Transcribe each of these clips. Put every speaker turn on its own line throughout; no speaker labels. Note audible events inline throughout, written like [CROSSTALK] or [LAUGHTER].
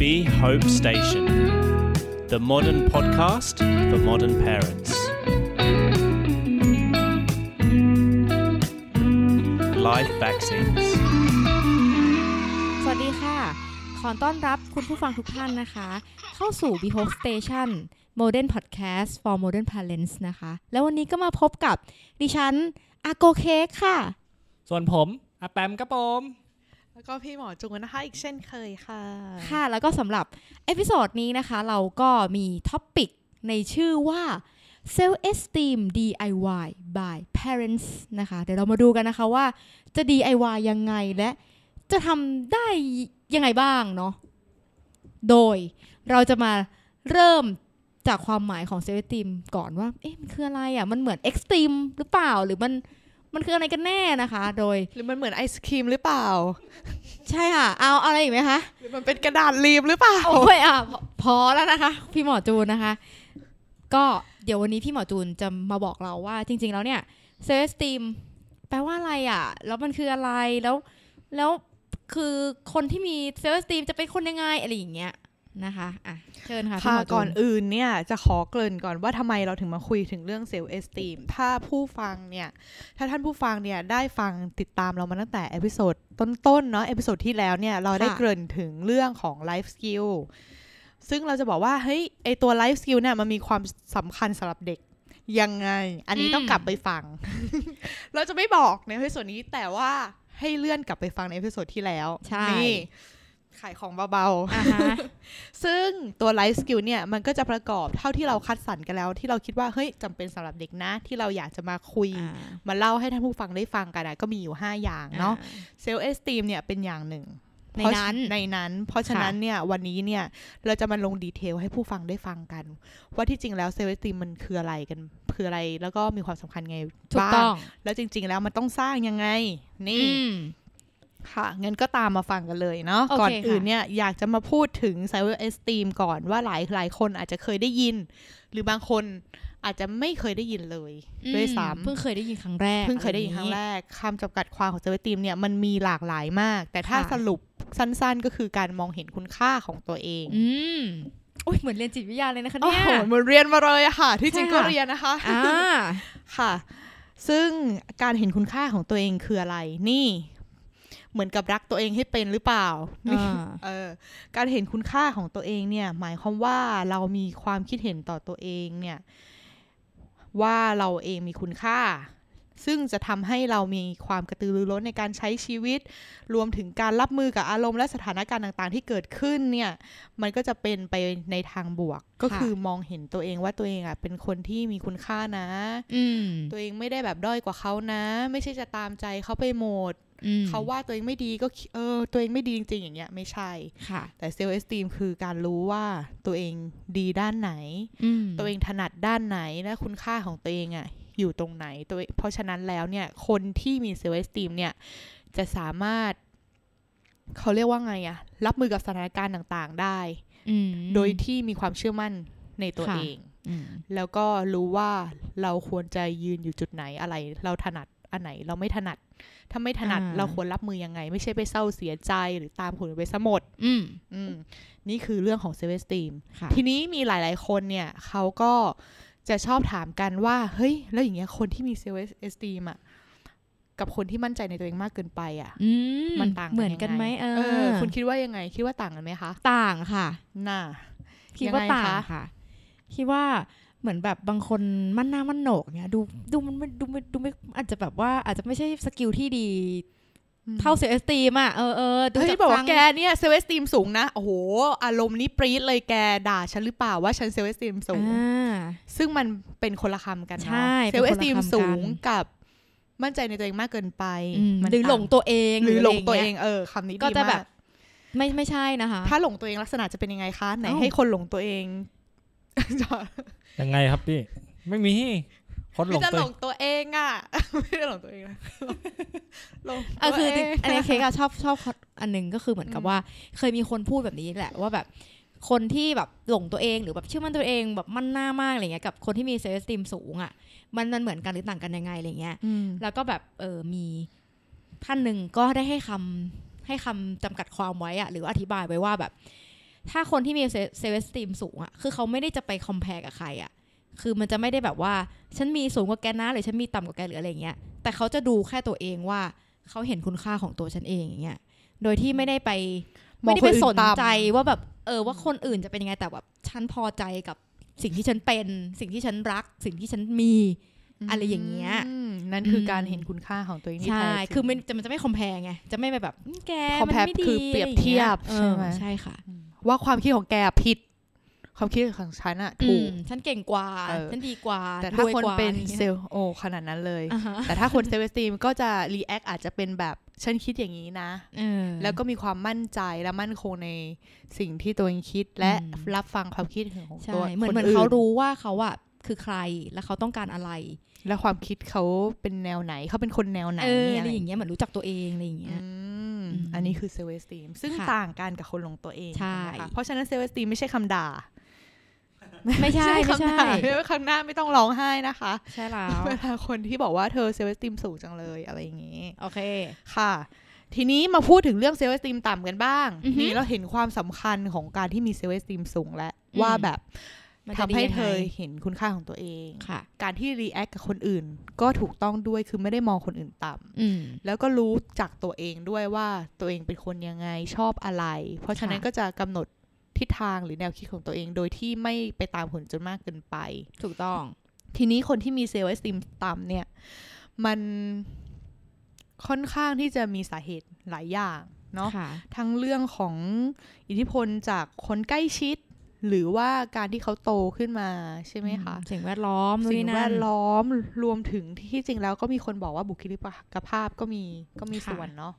Be Hope Station, the modern podcast for modern parents. Live vaccines.
สวัสดีค่ะ ขอต้อนรับคุณผู้ฟังทุกท่านนะคะ เข้าสู่ Behove Station Modern Podcast for Modern Parents นะคะ แล้ววันนี้ก็มาพบกับดิฉันอาโกเค้กค่ะ
ส่วนผมอาแปมครับผม
แล้วก็พี่หมอจุงนะคะ อีกเช่นเคยค่ะ
ค่ะ แล้วก็สำหรับเอพิโซดนี้นะคะ เราก็มีท็อปิกในชื่อว่า Self Esteem DIY by Parents นะคะ เดี๋ยวเรามาดูกันนะคะว่าจะ DIY ยังไงและจะทำได้ยังไงบ้างเนาะ โดยเราจะมาเริ่มจากความหมายของ Self Esteem ก่อนว่า เอ๊ะมันคืออะไรอะ่ะ มันเหมือน Extreme หรือเปล่า หรือมันมันคืออะไรกันแน่นะคะ โดย
หรือมันเหมือนไอศครีมหรือเปล่า
ใช่ค่ะ เอาอะไรอีกไหมคะ
หรือมันเป็นกระดาษรีมหรือเปล่า
โอ้ยอ่ะพอพอแล้วนะคะ พี่หมอจูนนะคะ ก็เดี๋ยววันนี้พี่หมอจูนจะมาบอกเราว่า จริง ๆ แล้วเนี่ยเซลล์สตีมแปลว่าอะไรอ่ะ แล้วมันคืออะไรแล้วแล้วคือคนที่มีเซลล์สตีมจะเป็นคนยังไงอะไรอย่างเงี้ยนะคะอ่ะเชิญค่ะพี่
ค่ะ
หมอจู
ก่อน
น
อื่นเนี่ยจะขอเกริ่นก่อนว่าทำไมเราถึงมาคุยถึงเรื่องเซลล์เอสตีมถ้าผู้ฟังเนี่ย ถ้าท่านผู้ฟังเนี่ยได้ฟังติดตามเรามาตั้งแต่เอพิโซดต้นๆเนาะเอพิโซดที่แล้วเนี่ยเราได้เกริ่นถึงเรื่องของไลฟ์สกิลซึ่งเราจะบอกว่าเฮ้ยไอตัวไลฟ์สกิลเนี่ยมันมีความสำคัญสำหรับเด็กยังไง อันนี้ต้องกลับไปฟัง เราจะไม่บอกในเอพิโซดนี้แต่ว่าให้เลื่อนกลับไปฟังในเอพิโซดที่แล้ว
ใช่
นี่ขายของเบาๆ
อ่ะฮะ
ซึ่งตัวไลฟ์สกิลเนี่ยมันก็จะประกอบเท่าที่เราคัดสรรกันแล้ว ที่เราคิดว่าเฮ้ยจำเป็นสำหรับเด็กนะ ที่เราอยากจะมาคุย
อ่า
มาเล่าให้ท่านผู้ฟังได้ฟังกันนะก็มีอยู่ 5 อย่าง [LAUGHS] เนาะ
อ่
เซลล์เอสตีมเนี่ยเป็นอย่างหนึ่ง
ใน
เพราะ
นั้น
ในนั้น เพราะฉะนั้นเนี่ยวันนี้เนี่ยเราจะมาลงดีเทลให้ผู้ฟังได้ฟังกัน ว่าที่จริงแล้วเซลล์เอสตีมมันคืออะไรกันคืออะไรแล้วก็มีความสำคัญไง
ถูก
บ้า
ต้อง ง
แล้วจริง ๆ แล้วมันต้องสร้างยังไงนี่
อืม
ค่ะงั้นก็ตามมาฟังกันเลยเนาะ
โอเค
ก่อนอื่น
ค่ะ
เนี่ยอยากจะมาพูดถึง self esteem ก่อนว่าหลายหลายคนอาจจะเคยได้ยิน หรือบางคนอาจจะไม่เคยได้ยินเลยด้วยซ้ำ
เพิ่งเคยได้ยินครั้งแรก
เพิ่งเคยได้ยินครั้งแร
อะไ
กคำจำกัดความของ self esteem เนี่ยมันมีหลากหลายมาก แต่ถ้า
ค่ะ
สรุปสั้นๆ ก็คือการมองเห็นคุณค่าของตัวเอง
อย่างงี้อืมอุ้ยเหมือนเรียนจิตวิทยาเลยนะคะ
โอ้
เนี่ย
โหเหมือนเรียนมาเลยอะค่ะ ที่จริง
ใช่
ก็
ค่ะ
เรียนนะคะ [LAUGHS]
อ่า
ค่ะ ซึ่งการเห็นคุณค่าของตัวเองคืออะไร นี่ เหมือนกับรักตัวเองให้เป็นหรือเปล่านี่
อ่า
เออ การเห็นคุณค่าของตัวเองเนี่ย หมายความว่าเรามีความคิดเห็นต่อตัวเองเนี่ย ว่าเราเองมีคุณค่า ซึ่งจะทำให้เรามีความกระตือรือร้นในการใช้ชีวิต รวมถึงการรับมือกับอารมณ์และสถานการณ์ต่าง ๆ ที่เกิดขึ้นเนี่ย มันก็จะเป็นไปในทางบวก ก็
ค่ะ
คือมองเห็นตัวเองว่าตัวเองอ่ะเป็นคนที่มีคุณค่านะ
อืม
ตัวเองไม่ได้แบบด้อยกว่าเขานะ ไม่ใช่จะตามใจเขาไปหมด
อืม
เขาว่าตัวเองไม่ดีก็คิดเออ ตัวเองไม่ดีจริงๆอย่างเงี้ยไม่ใช่
ค่ะ
แต่เซลล์เอสตีมคือการรู้ว่าตัวเองดีด้านไหน
อืม
ตัวเองถนัดด้านไหนและคุณค่าของตัวเองอะอยู่ตรงไหนตัวเองเพราะฉะนั้นแล้วเนี่ย คนที่มีเซลล์เอสตีมเนี่ย จะสามารถ เขาเรียกว่าไงอะรับมือกับสถานการณ์ต่างๆได้
อืม
โดยที่มีความเชื่อมั่นในตัว
ค่ะ
เอง
อืม
แล้วก็รู้ว่าเราควรจะยืนอยู่จุดไหนอะไร เราถนัดอันไหนเราไม่ถนัด ถ้าไม่ถนัด
า
เราควรรับมือยังไง ไม่ใช่ไปเศร้าเสียใจหรือตามผลไปสมด
อืม
อืมนี่คือเรื่องของเซเวสตีม
ค่ะ
ทีนี้มีหลาย ๆ คนเนี่ยเขาก็จะชอบถามกันว่า เฮ้ย แล้วอย่างเงี้ยคนที่มีเซเวสตีมอ่ะกับคนที่มั่นใจในตัวเองมากเกินไปอ่ะ
อื
มันต่าง
เหมือนกัน
ยัง
ไหม
ง
เอ
เออ
อ
คุณคิดว่ายังไง คิดว่าต่างกันไหมคะ
ต่างค่ะ
น่า
คิดว่า
ยังไงคะ
ต่างค่ะ คิดว่าเหมือนแบบบางคนมั่นหน้ามั่นโหนกเนี่ยดูดูมันไม่ดูไม่ดูไม่อาจจะแบบว่าอาจจะไม่ใช่สกิลที่ดี เท่าเซลสตีมอ่ะเออเออดู
เฮ้ย
จาก
บอกว่า
ฟัง
แกเนี่ยเซเวสตีมสูงนะ โอ้โห อารมณ์นี้ปรี๊ดเลยแกด่าฉันหรือเปล่าว่าฉันเซเวสตีมสูง
อ่า
ซึ่งมันเป็นคนละคำกัน
ใช่
เนาะ
เป็น
เซ
คนละคำกั
เว
น
สตีมสูงกับมั่นใจในตัวเองมากเกินไป
อืม
มัน
หรือหลงตัวเอง
หรือหลงตัว
ะ
เอ
ไย่า
งเออคำนี้ดี
ก็จะ
มา
แบ
ก
บ ไม่ไม่ใช่นะคะ
ถ้าหลงตัวเองลักษณะจะเป็นยังไงคะ ไหน
เอ้า
ให้คนหลงตัวเอง [LAUGHS]
ยังไงครับพี่ ไม่มีคนหล
ไม่
ง
จะ
ตั
หล
ว
งตัวเองอ่ะ ไม่ได้หลงตัวเองนะหลง
เออคือจริงอันนี้
เ
เค้ [LAUGHS] กอะชอบชอบอันหนึงก็คือเหมือนกับว่า เคยมีคนพูดแบบนี้แหละว่าแบบคนที่แบบหลงตัวเองหรือแบบเชื่อมั่นตัวเองแบบมั่นหน้ามากอะไรเงี้ยกับคนที่มีเซลล์สติมสูงอ่ะมันมันเหมือนกันหรือต่างกันยังไงอะไรเงี้ย
อืม
แล้วก็แบบเออมีท่านหนึ่งก็ได้ให้คำให้คำจำกัดความไว้อะหรืออธิบายไว้ว่าแบบ ถ้าคนที่มีเซลล์สตีมสูงอะคือเขาไม่ได้จะไปคอมเพลกับใครอะคือมันจะไม่ได้แบบว่า ฉันมีสูงกว่าแกนะหรือฉันมีต่ำกว่าแกหรืออะไรอย่างเงี้ยแต่เขาจะดูแค่ตัวเองว่าเขาเห็นคุณค่าของตัวฉันเองอย่างเงี้ยโดยที่ไม่ได้ไป
มอ
ไม่
ง
ได้
ค
ไป
นอื่น
สนใจ
ต่ำ
ว่าแบบเออว่าคนอื่นจะเป็นยังไงแต่แบบฉันพอใจกับสิ่งที่ฉันเป็น สิ่งที่ฉันรัก สิ่งที่ฉันมี อะไรอย่างเงี้ย
มนั่นคืออ
ม
การเห็นคุณค่าของตัวเองที่
ใช่
แท้จริง
คือมันจะมันจะไม่คอมเพลไง จะไม่ไปแบบอื้อแก มัน
compare
ไม่ดี
คือเปรียบเทียบ
อะไรอย่าง
ใช่ไหม
เงี้ยเออใช่ค่ะ
ว่าความคิดของแกผิด ความคิดของฉันอะถูก
อืมฉันเก่งกว่า
เออ
ฉันดีกว่า
แต่ถ้าร
วย
คน
กว่
เป็น
อะไรอย่างงี้ย
เซลล์โอขนาดนั้นเลย
อ่าฮะ
แต่ถ้าคนเซลล์เอสตีมก็จะรีแอคอาจจะเป็นแบบฉันคิดอย่างนี้นะ
เออ
แล้วก็มีความมั่นใจและมั่นคงในสิ่งที่ตัวเองคิดและ
อืม
รับฟังความคิดเห็นของ
ใช่
ตัว
เหมือน
ค
เหมือนเขารู้ว่าเขาอะคือใคร แล้วเขาต้องการอะไร
และความคิดเขาเป็นแนวไหนเขาเป็นคนแนวไหน
เอออะ
อะไร ไรอ
อา
ย่ย่าง งเงี้ย
เงี้ย เหมือนรู้จักตัวเองอะไรอย่างเงี้
อื
ยอืม
มอันนี้คือเซลล์เอสตีมซึ่ง
ค่ะ
ต่างกันกับคนหลงตัวเอง
ใช่
ถูกไหมคะเพราะฉะนั้นเซลล์เอสตีมไม่ใช่คำด่า
ไม่ใช่ ไม่
คำ
ใช่
ด่าคำหน้าไม่ต้องร้องไห้นะคะ
ใช่แล้ว
[LAUGHS] เวลาคนที่บอกว่าเธอเซลล์สติมสูงจังเลยอะไรอย่างนี้
โอเค
ค่ะ ทีนี้มาพูดถึงเรื่องเซลล์สติมต่ำกันบ้าง
อือฮึ
นี่เราเห็นความสำคัญของการที่มีเซลล์สติมสูงและ
อืม
ว่าแบบ
มันจะ
ทำ
ดี
ให้
ยังไง
เธอเห็นคุณค่าของตัวเอง
ค่ะ
การที่รีแอคกับคนอื่น ก็ถูกต้องด้วยคือไม่ได้มองคนอื่นต่ำ
อืม
แล้วก็รู้จากตัวเองด้วยว่าตัวเองเป็นคนยังไงชอบอะไร เพราะฉะนั้น
ค่ะ
ก็จะกำหนดทิศทางหรือแนวคิดของตัวเอง โดยที่ไม่ไปตามคนจนมากเกินไป
ถูกต้อง
ทีนี้คนที่มีเซลล์ไอสติมต่ำเนี่ย มันค่อนข้างที่จะมีสาเหตุหลายอย่างเนาะ
ค่ะ
ทั้งเรื่องของอิทธิพลจากคนใกล้ชิด หรือว่าการที่เขาโตขึ้นมาใช่ไหมคะ
สิ่งแวดล้อมนู่น
สิ่
นี่
ง
นั่น
แวดล้อมรวมถึงที่จริงแล้วก็มีคนบอกว่าบุคลิกภาพก็มีก็มี
ค่ะ
ส่วนเนาะ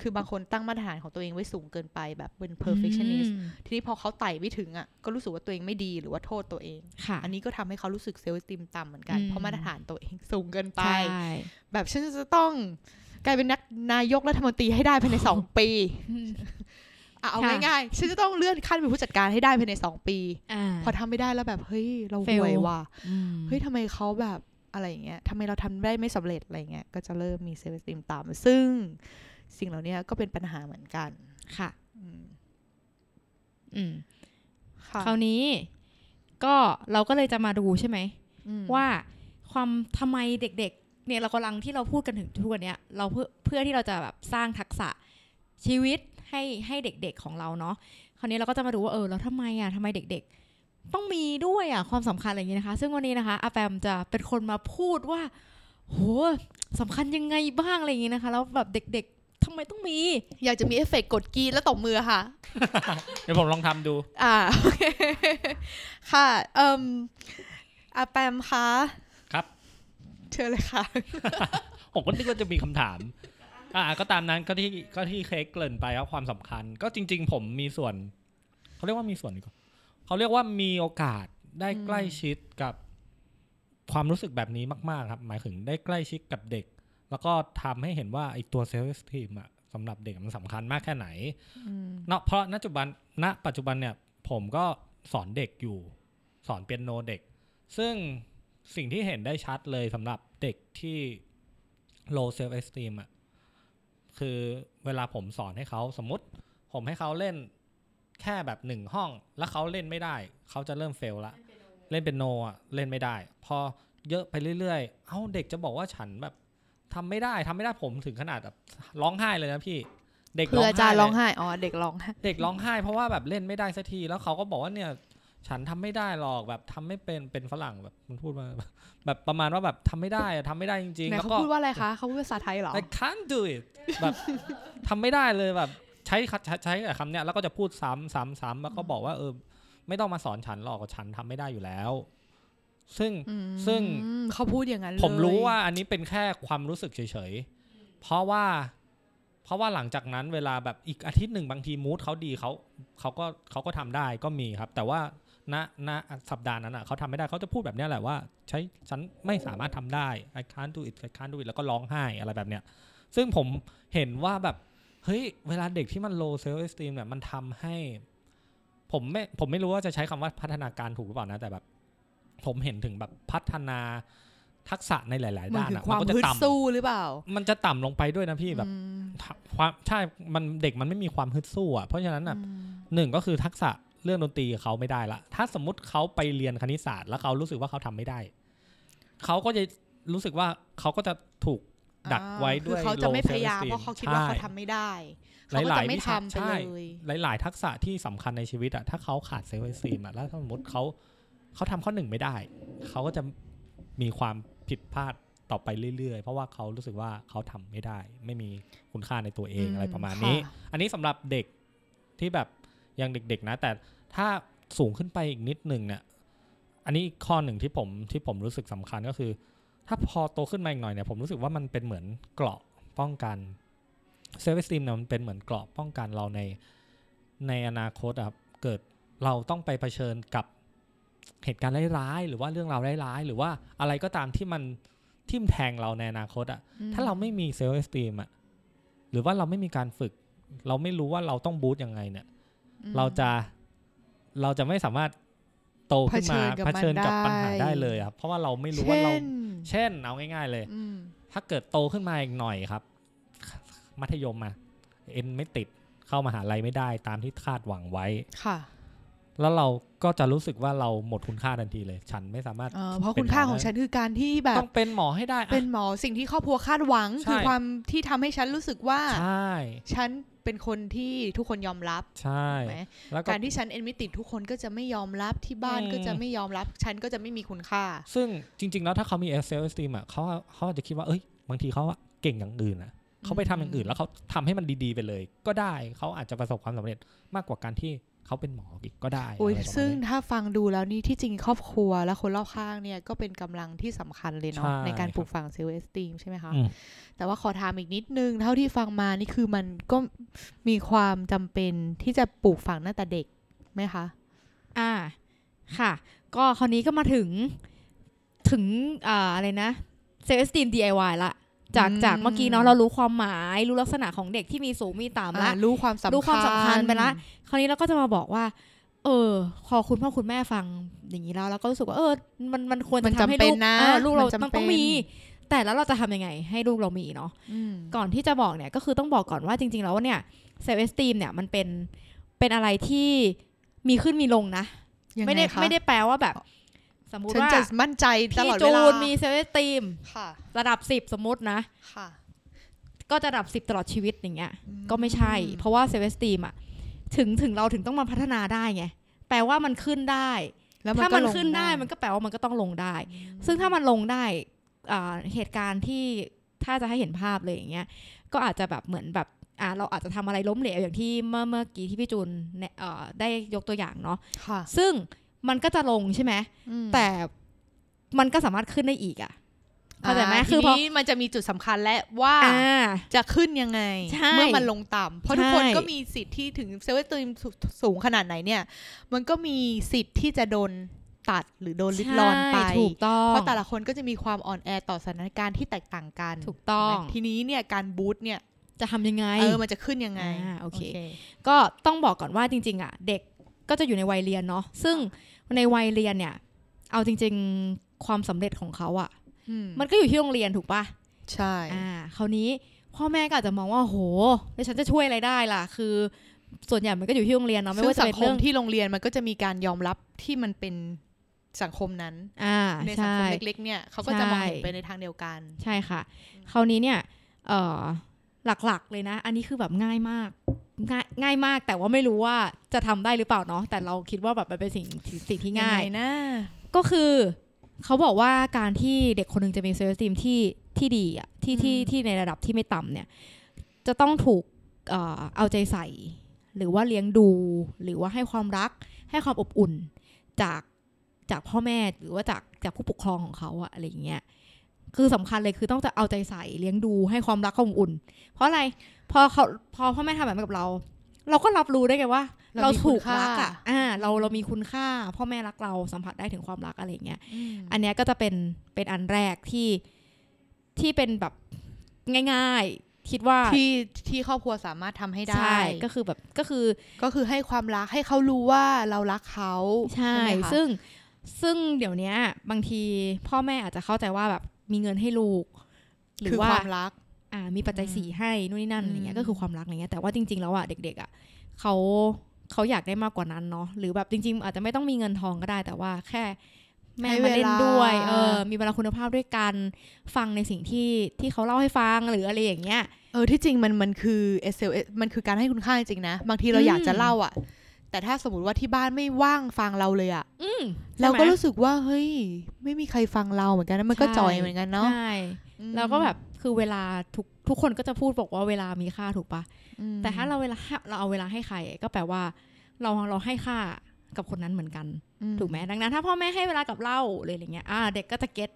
คือบางคนตั้งมาตรฐานของตัวเองไว้สูงเกินไปแบบเป็น perfectionist
อืม
ทีนี้พอเขาไต่ไม่ถึงอ่ะก็รู้สึกว่าตัวเองไม่ดีหรือว่าโทษตัวเอง
ค่ะ
อันนี้ก็ทำให้เขารู้สึกเซลล์สติมต่ำเหมือนกัน
อืม
เพราะมาตรฐานตัวเองสูงเกินไป
ใช่
แบบฉันจะต้องกลายเป็นนักนายกรัฐมนตรีให้ได้ภายใน สองปีอ่ะเอา
ค่ะ
ง่ายๆฉันจะต้องเลื่อนขั้นเป็นผู้จัดการให้ได้ภายในสองปี
อ่า
พอทำไม่ได้แล้วแบบเฮ้ยเรา
Fail
ห่วยว่ะ
อืม
เฮ้ยทำไมเขาแบบอะไรอย่างเงี้ยทำไมเราทำได้ไม่สำเร็จอะไรเงี้ยก็จะเริ่มมีเซลล์สติมต่ำซึ่งสิ่งเหล่านี้ก็เป็นปัญหาเหมือนกัน
ค่ะ
อืม
อืม
ค่ะ
คราวนี้ก็เราก็เลยจะมาดูใช่ไหม
อืม
ว่าความทำไมเด็กๆ เนี่ยเรากำลังที่เราพูดกันถึงทุกวันเนี้ยเราเพื่อเพื่อที่เราจะแบบสร้างทักษะชีวิตให้ให้เด็กๆของเราเนาะคราวนี้เราก็จะมาดูว่าเออเราทำไมอ่ะทำไมเด็กๆ ต้องมีด้วยอ่ะความสำคัญอะไรอย่างนี้นะคะ ซึ่งวันนี้นะคะอาแปมจะเป็นคนมาพูดว่าโหสำคัญยังไงบ้างอะไรอย่างนี้นะคะ แล้วแบบเด็กๆทำไมต้องมี
อยากจะมีเอฟเฟกต์กดกรีดและตบมือค่ะ
เดี๋ยวผมลองทำดู
อ่า [LAUGHS] โอเคค่ะเอ่มอาแปมคะ
ครับ
เชิญเลยค่ะ
ผมก็นึกว่าจะมีคำถาม อ่า ก็ตามนั้นก็ที่ก็ที่เค้กเกริ่นไปครับความสำคัญ ก็จริง ๆ ผมมีส่วน เขาเรียกว่ามีส่วนดีกว่าเขาเรียกว่ามีโอกาสได้ใกล้ชิดกับความรู้สึกแบบนี้มาก ๆ ครับ หมายถึงได้ใกล้ชิดกับเด็ก แล้วก็ทำให้เห็นว่าไอ้ตัวเซลล์สตีมอะสำหรับเด็กมันสำคัญมากแค่ไหน เนาะเพราะณปัจจุบันณปัจจุบันเนี่ยผมก็สอนเด็กอยู่สอนเปียโนเด็ก ซึ่งสิ่งที่เห็นได้ชัดเลยสำหรับเด็กที่ low self esteem อ่ะคือเวลาผมสอนให้เขาสมมติ ผมให้เขาเล่นแค่แบบหนึ่งห้อง แล้วเขาเล่นไม่ได้ เขาจะเริ่มเฟลละเล่นเป็นโนอ่ะเล่นไม่ได้ พอเยอะไปเรื่อยๆ เอ้าเด็กจะบอกว่าฉันแบบทำไม่ได้ทำไม่ได้ผมถึงขนาดแบบร้องไห้เลยนะพี่ เด็ก
เพื่ออาจารย์
เลย
ร้องไห้ อ๋อ เด็กร้องไห้
เด็กร้องไห้เพราะว่าแบบเล่นไม่ได้สักที แล้วเขาก็บอกว่าเนี่ย ฉันทำไม่ได้หรอกแบบทำไม่เป็นเป็นฝรั่งแบบมันพูดมา แบบประมาณว่าแบบทำไม่ได้อะทำไม่ได้จริงๆ
ไหน
แล้ว
เขา
ก็
พูดว่าอะไรคะเขาพูดภาษาไทยเหรอ
I can't do it แบบ [LAUGHS] ทำไม่ได้เลยแบบ ใช้คำใช้ใช้กับคำเนี้ยแล้วก็จะพูดซ้ำซ้ำซ้ำแล้วก็บอกว่าเออ ไม่ต้องมาสอนฉันหรอกฉันทำไม่ได้อยู่แล้ว ซึ่ง
อืม
ซึ่ง
เขาพูดอย่างนั้นเลย
ผมรู้ว่าอันนี้เป็นแค่ความรู้สึกเฉยๆ เพราะว่า เพราะว่าหลังจากนั้นเวลาแบบอีกอาทิตย์หนึ่งบางทีมูดเขาดีเขาเขาก็เขาก็ทำได้ก็มีครับ แต่ว่าณณสัปดาห์นั้นอ่ะเขาทำไม่ได้เขาจะพูดแบบเนี้ยแหละว่า ใช้ฉันไม่สามารถทำได้ I can't do it I can't do it แล้วก็ร้องไห้อะไรแบบเนี้ย ซึ่งผมเห็นว่าแบบ เฮ้ย เวลาเด็กที่มัน low self esteem เนี่ยมันทำให้ ผมไม่ผมไม่รู้ว่าจะใช้คำว่าพัฒนาการถูกหรือเปล่านะ แต่แบบ ผมเห็นถึงแบบพัฒนาทักษะในหลาย ๆ
มัน
ด้าน
คือ
อะ
ความ
ก็จะ
ฮึด
ต่
สู้หรือเปล่า
ำมันจะต่ำลงไปด้วยนะพี่แบบ
อืม
ความใช่มันเด็กมันไม่มีความฮึดสู้อ่ะเพราะฉะนั้นอ่ะ
อืม
หนึ่งก็คือทักษะ เรื่องดนตรีกับเขาไม่ได้ละถ้าสมมติเขาไปเรียนคณิตศาสตร์ แล้วเขารู้สึกว่าเขาทำไม่ได้เขาก็จะรู้สึกว่าเขาก็จะถูก ดักไว้ด้วย
คือเขาจะไม่พยายาม
low self-esteem
เพราะเขาคิดว่า
ใช่
เขาทำไม่ได้
ห
เขาก็
ลาย
จะ
ๆ
ไม่
วิ
ทำ
ชา
ไป
ใช่
เลย
หลาย ๆ ทักษะที่สำคัญในชีวิตอะถ้าเขาขาดเซลล์ไอซีมอะแล้วสมมติเขาเขาทำข้อหนึ่งไม่ได้ เขาก็จะมีความผิดพลาดต่อไปเรื่อย ๆ เพราะว่าเขารู้สึกว่าเขาทำไม่ได้ ไม่มีคุณค่าในตัวเอง
อืม
อะไรประมาณนี้
ค่ะ
อันนี้สำหรับเด็กที่แบบยังเด็ก ๆ นะ แต่ถ้าสูงขึ้นไปอีกนิดหนึ่งเนี่ยอันนี้ข้อหนึ่งที่ผมที่ผมรู้สึกสำคัญก็คือ ถ้าพอโตขึ้นมาอีกหน่อยเนี่ยผมรู้สึกว่ามันเป็นเหมือนเกราะป้องกันเซลฟ์สตีมเนี่ยมันเป็นเหมือนเกราะป้องกันเราในในอนาคตอะครับเกิดเราต้องไปเผชิญกับเหตุการณ์ร้ายๆหรือว่าเรื่องราวร้ายๆหรือว่าอะไรก็ตามที่มันทิ่มแทงเราในอนาคตอะ
อืม
ถ้าเราไม่มีเซลล์เอสตีมอะหรือว่าเราไม่มีการฝึก เราไม่รู้ว่าเราต้องบูตยังไงเนี่ย
อืม
เราจะเราจะไม่สามารถโตขึ้นมา
เผ
เผ
ชิ
ชิ
ญ
ญ
กั
กั
บบ มัน
ปัญ
ได้
หาได้เลยครับเพราะว่าเราไม่รู้ว่าเรา
ช่น
เช่นเอาง่ายๆเลย
อืม
ถ้าเกิดโตขึ้นมาอีกหน่อยครับ มัธยมมาเอ็นไม่ติดเข้ามหาลัยไม่ได้ตามที่คาดหวังไว้
ค่ะ
แล้วเราก็จะรู้สึกว่าเราหมดคุณค่าทันทีเลย ฉันไม่สามารถ
เอ่อเพราะ
เป็น
คุณค่า
หมอ
ของฉันคือการที่แบ
ต้
บ
องเป็นหมอให้ได้อะ
เป็นหมอสิ่งที่ครอบครัวคาดหวัง
ใช่
คือความที่ทำให้ฉันรู้สึกว่า
ใช่
ฉันเป็นคนที่ทุกคนยอมรับ
ใช่
ถูกไหม
แล้วก็
การที่ฉันเอ็นมิติดทุกคนก็จะไม่ยอมรับที่บ้าน
อืม
ก็จะไม่ยอมรับ ฉันก็จะไม่มีคุณค่า
ซึ่งจริง ๆ แล้วถ้าเขามี self esteem อ่ะเขาเขาอาจจะคิดว่าเอ้ยบางทีเขาอะเก่งอย่างอื่นอ่ะเขาไปทำอย่างอื่นแล้วเขาทำให้มันดี ๆ ไปเลย ก็ได้เขาอาจจะประสบความสำเร็จมากกว่าการที่เขาเป็นหมออีกก็ได้
โอ้ย
ะไรประมาณ
ซึ่ง
นี้
ถ้าฟังดูแล้วนี่ที่จริงครอบครัวและคนรอบข้างเนี่ยก็เป็นกำลังที่สำคัญเลยเนาะ
ใช่
ในการ
ครับ
ปลูกฝังเซลล์เอสตีมใช่ไหมคะ
อืม
แต่ว่าขอถามอีกนิดนึง เท่าที่ฟังมานี่คือมันก็มีความจำเป็นที่จะปลูกฝังตั้งแต่เด็กไหมคะ
อ่าค่ะ ก็คราวนี้ก็มาถึงถึงอ่าอะไรนะเซลล์สตีม DIY ละจาก
อืม
จากเมื่อกี้เนาะเรารู้ความหมาย รู้ลักษณะของเด็กที่มีสูงมีต่ำ
อ่า
ละ
รู้ความสำคัญ
รู้ความสำคัญไปละ คราวนี้เราก็จะมาบอกว่า เออพอคุณพ่อคุณแม่ฟังอย่างนี้แล้วเราก็รู้สึกว่าเออ มันมันควร
มัน
จะ
จำ
ทำให้
เป็
ลู
น
ก
นะ
เออลูกเรา
นจำ
ต้องต้อง
เป็น
มี แต่แล้วเราจะทำยังไง ให้ลูกเรามีเนาะ
อืม
ก่อนที่จะบอกเนี่ยก็คือต้องบอกก่อนว่าจริง ๆ แล้วเนี่ยเซลล์เอสตีมเนี่ยมันเป็นเป็นอะไรที่มีขึ้นมีลงนะ
ยัง
ไม่ได้
งคะ
ไม่ได้แปลว่าแบบ สมมุติ
ฉัน
ว่า
จะมั่นใจต
พี่
ลอด
จู
เวลาน
มีเซลล์เอสตีม
ค่ะ
ระดับ 10 สมมตินะ
ค่ะ
ก็จะระดับ 10 ตลอดชีวิตอย่างเงี้ย
อื
ก็ไม่ใช่ เพราะว่าเซลล์เอสตีมอะถึงถึงเราถึงต้องมาพัฒนาได้ไง แปลว่ามันขึ้นได้
แล้ว
ถ้ามัน
ก็ลง
ขึ้นได้มันก็แปลว่ามันก็ต้องลงได้ ซึ่งถ้ามันลงได้อ่าเหตุการณ์ที่ถ้าจะให้เห็นภาพเลยอย่างเงี้ย ก็อาจจะแบบเหมือนแบบอ่าเราอาจจะทำอะไรล้มเหลวอย่างที่เมื่อเมื่อกี้ที่พี่จูนเนี่ยเอ่อได้ยกตัวอย่างเนาะ
ค่ะ
ซึ่งมันก็จะลงใช่ไหม
อืม
แต่มันก็สามารถขึ้นได้อีกอะ่ะ เข้าใจไหม
อ่
คือพอ
ทีนี้มันจะมีจุดสำคัญและว่า
อ่า
จะขึ้นยังไง
ใช่
เมื่อมันลงต่ำเพราะทุกคน
ใช่
ก็มีสิทธิ์ที่ถึงเซลล์ตัวสูงขนาดไหนเนี่ย มันก็มีสิทธิ์ที่จะโดนตัดหรือโดนลิดรอนไป
ใช่ถูกต้อง
เพราะแต่ละคนก็จะมีความอ่อนแอต่อสถานการณ์ที่แตกต่างกัน
ถูกต้อง
ถูกไหมทีนี้เนี่ยการบูตเนี่ย
จะทำยังไง
เออมันจะขึ้นยังไง
อ่าโอเค ก็ต้องบอกก่อนว่าจริง ๆ อ่ะ เด็กก็จะอยู่ในวัยเรียนเนาะ ซึ่งในวัยเรียนเนี่ย เอาจริง ๆ ความสำเร็จของเขาอ่ะ
อืม
มันก็อยู่ที่โรงเรียนถูกปะ
ใช่
อ่า คราวนี้พ่อแม่ก็อาจจะมองว่าโหแล้วฉันจะช่วยอะไรได้ล่ะ คือ ส่วนใหญ่มันก็อยู่ที่โรงเรียนเนาะ ไม่
ซึ่ง
ว่าจะ
สัง
เป็น
ค
เรื่อ
ม
ง
ที่โรงเรียนมันก็จะมีการยอมรับที่มันเป็นสังคมนั้น
อ่า
ในสัง
ใช่
คมเล็กๆเนี่ยเขาก็จะมองเห็น
ใช่
ไปในทางเดียวกัน
ใช่ค่ะ คราวนี้เนี่ยเอ่อหลักๆเลยนะ อันนี้คือแบบง่ายมาก ง่ายง่ายมากแต่ว่าไม่รู้ว่าจะทำได้หรือเปล่าเนาะแต่เราคิดว่าแบบมันเป็นสิ่งสิ่งที่ง่าย
งไงนะ
ก็คือเขาบอกว่าการที่เด็กคนหนึงจะมีเซลล์สตีมที่ที่ดีอะที่ที่ที่ในระดับที่ไม่ต่ำเนี่ย จะต้องถูกเอ่อเอาใจใส่ หรือว่าเลี้ยงดู หรือว่าให้ความรัก ให้ความอบอุ่นจากจากพ่อแม่หรือว่าจากจากผู้ปกครองของเขาอะอะไรอย่างเงี้ยคือสำคัญเลยคือต้องจะเอาใจใส่เลี้ยงดูให้ความรักความอบอุ่น เพราะอะไรพอเขาพอพ่อแม่ทำแบบนี้กับเรา เราก็รับรู้ได้ไงว่า เราถูกรักอะอ่าเราเรามีคุณค่า พ่อแม่รักเราสัมผัสได้ถึงความรักอะไรอย่างเงี้ย
อั
อันเนี้ยก็จะเป็นเป็นอันแรกที่ที่เป็นแบบง่ายๆ คิดว่า
ที่ที่ครอบครัวสามารถทำให้ได้
ใช่ก็คือแบบก็คือ
ก็คือให้ความรักให้เขารู้ว่าเรารักเขา
ใช่
ไหมคะ
ซึ่งซึ่งเดี๋ยวเนี้ยบางทีพ่อแม่อาจจะเข้าใจว่าแบบมีเงินให้ลูก หรือ
คือ
ว่า
ความรัก
อ่ามีปัจจัยสี่ให้นู่นนี่นั่นอะไรเงี้
อื
ย
ม
ก็คือความรักอะไรเงี้ยแต่ว่าจริง ๆ แล้วอ่ะเด็กๆอ่ะเขา เขาอยากได้มากกว่านั้นเนาะหรือแบบจริง ๆ อาจจะไม่ต้องมีเงินทองก็ได้ แต่ว่าแค่ แม่
ให้
มาเล่นด้วย
เวลา
เออมีเวลาคุณภาพด้วยกันฟังในสิ่งที่ที่เขาเล่าให้ฟังหรืออะไรอย่างเงี้ย
เออที่จริงมันมันคือ SLS มันคือการให้คุณค่าจริงๆนะ บางทีเรา
อืม
อยากจะเล่าอะแต่ถ้าสมมติว่าที่บ้านไม่ว่างฟังเราเลยอะ
อืม
เรา
ใช่ไหม
ก็รู้สึกว่าเฮ้ย ไม่มีใครฟังเราเหมือนกันนะมันก็
ใช่
จอยเหมือนกันเนาะ
ใช่แล้วก็แบบคือเวลาทุกทุกคนก็จะพูดบอกว่าเวลามีค่าถูกปะ
อืม
แต่ถ้าเราเวลาเราเอาเวลาให้ใครก็แปลว่า เราเราให้ค่ากับคนนั้นเหมือนกัน
อื
ถูกไหมดังนั้นถ้าพ่อแม่ให้เวลากับเราเลยอะไรเงี้ยอ่า เด็กก็จะเก็ต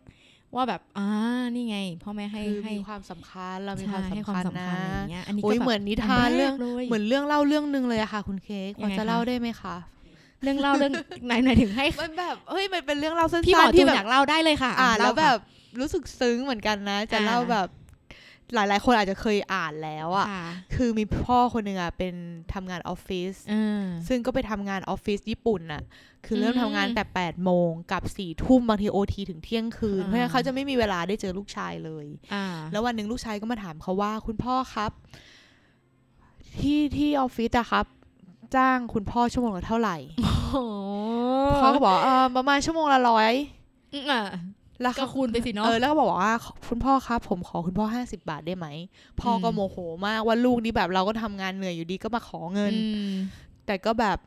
ว่าแบบอ่านี่ไง พ่อแม่ให้
คือ
ให้
มีความสำคัญเรามี
ใช่
ความ
ให้
สำ
ความ
คัญ
สำ
นะ
คัญอะไรเงี้ยอันนี้
โอ้
ก็
ย
แบบ
เหมือนนิทานเรื่อง
แกเลย
เหมือนเรื่องเล่าเรื่องหนึ่งเลยอะค่ะ คุณเค้กพ
ยั
อง
ไง
จะ
คะ
เล่าได้ไหมคะ
เรื่องเล่าเรื่อง
[LAUGHS]
ไหนไหนถึงให้
มันแบบเฮ้ยมันเป็นเรื่องเล่าสั้น
พี่หมอ
ๆ
จู
ที่
น
แบบ
อยากเล่าได้เลยค่ะ
อ่าน
เ
แล้วแบบรู้สึกซึ้งเหมือนกันนะ จะเล่า
อ่า
แบบหลาย ๆ คนอาจจะเคยอ่านแล้ว
ค่ะ
อะ
ค่ะ
คือมีพ่อคนหนึ่งอะเป็นทำงานออฟฟิศ
เออ
ซึ่งก็ไปทำงานออฟฟิศญี่ปุ่นอะคือเริ่ม
อืม
ทำงานแต่8ปดโมงกับ4ี่ทุ่มบางทีโอทีถึงเที่ยงคืน
อ่า
เพราะฉะนั้นเขาจะไม่มีเวลาได้เจอลูกชายเลย
อ่า
แล้ววันหนึ่งลูกชายก็มาถามเขาว่าคุณพ่อครับ ที่ที่ออฟฟิศอะครับ จ้างคุณพ่อชั่วโมงละเท่าไหร่
โอ้โห
เขาก็บอกเออประมาณชั่วโมงละร้อย
อ่ะ
แล้ว
ก็
เขา
คูณไปสิเนาะ
เออแล้วก็บอกว่าคุณพ่อครับผมขอคุณพ่อห้าสิบาทได้ไหมพ่อก็
อืม
โมโหมากว่าลูกนี่แบบเราก็ทำงานเหนื่อยอยู่ดีก็มาขอเงิน
อืม
แต่ก็แบบ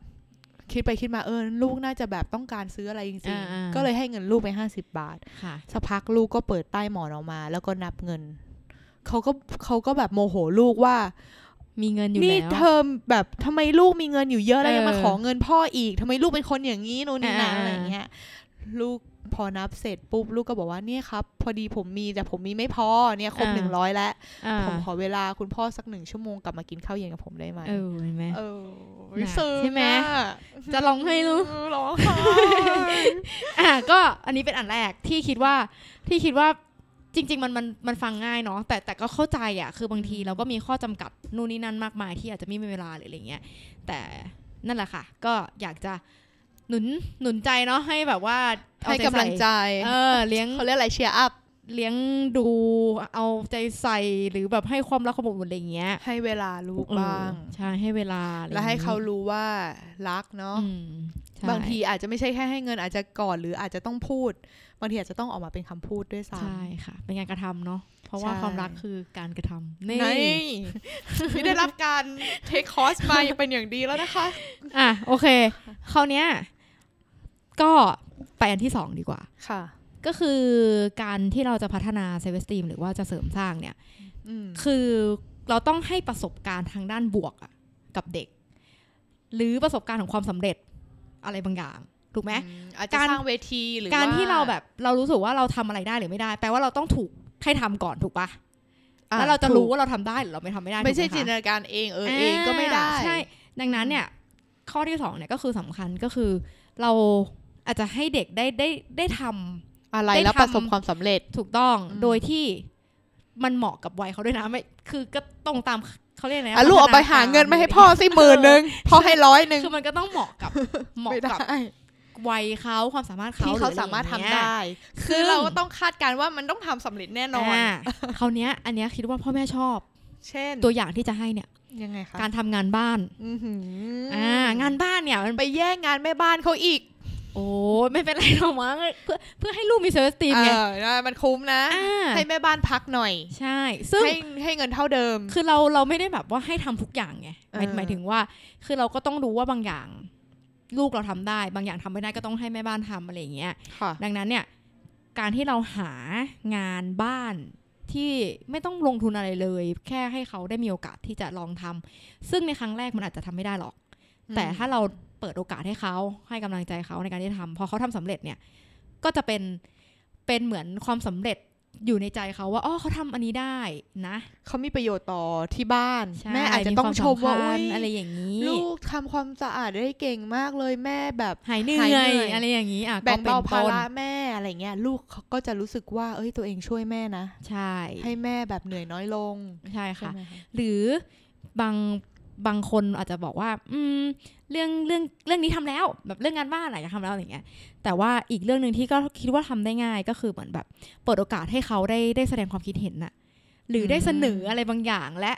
คิดไปคิดมาเออลูกน่าจะแบบต้องการซื้ออะไรจริง
อ่า
ๆ
ๆ
ก็เลยให้เงินลูกไปห้าสิบาท
ค่ะ
สักพักลูกก็เปิดใต้หมอนออกมา แล้วก็นับเงินเขาก็เขาก็แบบโมโหลูกว่า
มีเงินอยู่
นี่
แล้ว
เธอแบบทำไมลูกมีเงินอยู่เยอะแล้ว
เออ
ยังมาขอเงินพ่ออีกทำไมลูกเป็นคนอย่างนี้นู่นนี่นั่น
อ่า
อะไรอย่างเงี้ยลูกพอนับเสร็จปุ๊บลูกก็บอกว่าเนี่ยครับ พอดีผมมีแต่ผมมีไม่พอเนี่ยครบหนึ่งร้อยแล้ว
อ่า
ผมขอเวลาคุณพ่อสักหนึ่งชั่วโมงกลับมากินข้าวเย็นกับผมได้ไหม
เออเห็นไหม
เออ
น่ะ
ซึ้ง
ใช่ไหม
อะ
จะร้องให้รู้
เออร้องไห้
อ่ะก็อันนี้เป็นอันแรกที่คิดว่าที่คิดว่าจริง ๆ มันมันมันฟังง่ายเนาะแต่แต่ก็เข้าใจอ่ะคือบางทีเราก็มีข้อจำกัดนู่นนี่นั่นมากมายที่อาจจะไม่มีเวลาหรืออะไรเงี้ยแต่นั่นแหละค่ะ ก็อยากจะหนุนหนุนใจเนาะให้แบบว่าเอา
ให้กำลังใจ
เออเลี้ยง
เขาเรียกอะไรเชียร์อัพ
เลี้ยงดูเอาใจใส่หรือแบบให้ความรักความอบอุ่นอะไรอย่างเงี้ย
ให้เวลาลูก
เออ
บ้าง
ใช่ให้เวลาอะไรอย่ง
และ
งี้ย
ให้เขารู้ว่ารักเนาะ
อืมใช่
บางทีอาจจะไม่ใช่แค่ให้เงินอาจจะกอดหรืออาจจะต้องพูด บางทีอาจจะต้องออกมาเป็นคำพูดด้วยซ้
ใช่ค่ะ เป็นงานกระทำเนาะเพราะว่า
ใช่
ความรักคือการกระทำ
ำในที่ได้รับการเทคคอร์สมาเป็นอย่างดีแล้วนะคะ
อ่ะโอเคคราวเนี้ยก็ไปอันที่สองดีกว่า
ค่ะ
ก็คือการที่เราจะพัฒนาเซเวสตีมหรือว่าจะเสริมสร้างเนี่ย
อืม
คือเราต้องให้ประสบการณ์ทางด้านบวกอะกับเด็ก หรือประสบการณ์ของความสำเร็จอะไรบางอย่าง ถูกไหม
อาจจะ
การ
สร้างเวทีหรือ
การที่
ว่
เราแบบเรารู้สึกว่าเราทำอะไรได้หรือไม่ได้ แปลว่าเราต้องถูกให้ทำก่อนถูกปะ
อ่
แล้วเราจะ
ถูก
รู้ว่าเราทำได้หรือเราไม่ทำไม่ได้
ไม่ใช่
ถูกห
จิน
คะ
ตนาการเองเออเองก็ไม่ได้
อ่าใช่ ดังนั้นเนี่ยข้อที่สองเนี่ยก็คือสำคัญก็คือ เราอาจจะให้เด็กได้ได้ได้ท
อะไร
ได้
แล้ว
ทำ
ประสบความสำเร็จ
ำถูกต้อง
อืม
โดยที่มันเหมาะกับวัยเขาด้วยนะไม่คือก็ตรงตามเขาเรียกอะไรนะ
อ่ะลูกเอาไป
พัฒ
หาเงินมาให้พ่
อ
อ
[LAUGHS]
สิหมื่นหนึ่งพ่อให้ร้อยหนึ่ง
คือมันก็ต้องเหมาะกับเหมาะ
[LAUGHS] ไม่
กับ
ได้
วัยเขาความสามารถเขา
ที่เขาสามารถทำได้ คือเราก็ต้องคาดการณ์ว่ามันต้องทำสำเร็จแน่น
น
อ
อน นเขาวเนี้ยอันเนี้ยคิดว่าพ่อแม่ชอบ
เช่น
ตัวอย่างที่จะให้เนี่ย
ยังไงคะ
การทำงานบ้าน
อื้อหืออ
อ่างานบ้านเนี่ยมัน
ไปแย่งงานแม่บ้านเขาอีก
โอ้ยไม่เป็นไรหรอกมั้งเพื่อเพื่อให้ลูกมีเซอร์สตีม
เอ
ไง
อนะมันคุ้มนะ
อ่า
ให้แม่บ้านพักหน่อย
ใช่ ซึ่ง
ให้ให้เงินเท่าเดิม
คือเราเราไม่ได้แบบว่าให้ทำทุกอย่างไงหมาย
เออ
หมายถึงว่า คือเราก็ต้องรู้ว่าบางอย่าง ลูกเราทำได้ บางอย่างทำไม่ได้ก็ต้องให้แม่บ้านทำอะไรอย่างเงี้ย
ค่ะ
ดังนั้นเนี่ย การที่เราหางานบ้านที่ไม่ต้องลงทุนอะไรเลย แค่ให้เขาได้มีโอกาสที่จะลองทำซึ่งในครั้งแรกมันอาจจะทำไม่ได้หรอก แต่ถ้าเราเปิดโอกาสให้เขาให้กำลังใจเขาในการที่ทำพอเขาทำสำเร็จเนี่ย ก็จะเป็นเป็นเหมือนความสำเร็จอยู่ในใจเขาว่าอ๋อเขาทำอันนี้ได้นะ
เขามีประโยชน์ต่อที่บ้าน
ใช่
แม่อาจจะต้องชมว่า
ควสำ
อุ๊
คัญ
ย
อะไรอย่างนี้
ลูกทำความสะอาดได้เก่งมากเลยแม่แบบ
หายเหนื่
หายเหนื่
อย
อย
อะไรอย่างนี้อ่ะ
แบ่งเบา
ก็น
ภา
ต้น
ระแม่อะไรเงี้ย ลูกเขาก็จะรู้สึกว่า เอ้ยตัวเองช่วยแม่นะ
ใช่
ให้แม่แบบเหนื่อยน้อยลง
ใช่
ใช่
ค่ะ
ไหมคะ
หรือบางบางคนอาจจะบอกว่า อืมเรื่องเรื่องเรื่องนี้ทำแล้ว แบบเรื่องงานบ้านอะไรก็ทำแล้วอะไรอย่างเงี้ยแต่ว่าอีกเรื่องหนึ่งที่ก็คิดว่าทำได้ง่ายก็คือเหมือนแบบ เปิดโอกาสให้เขาได้ได้แสดงความคิดเห็นน่ะ หรืออ
ม
ได้เสนออะไรบางอย่างและ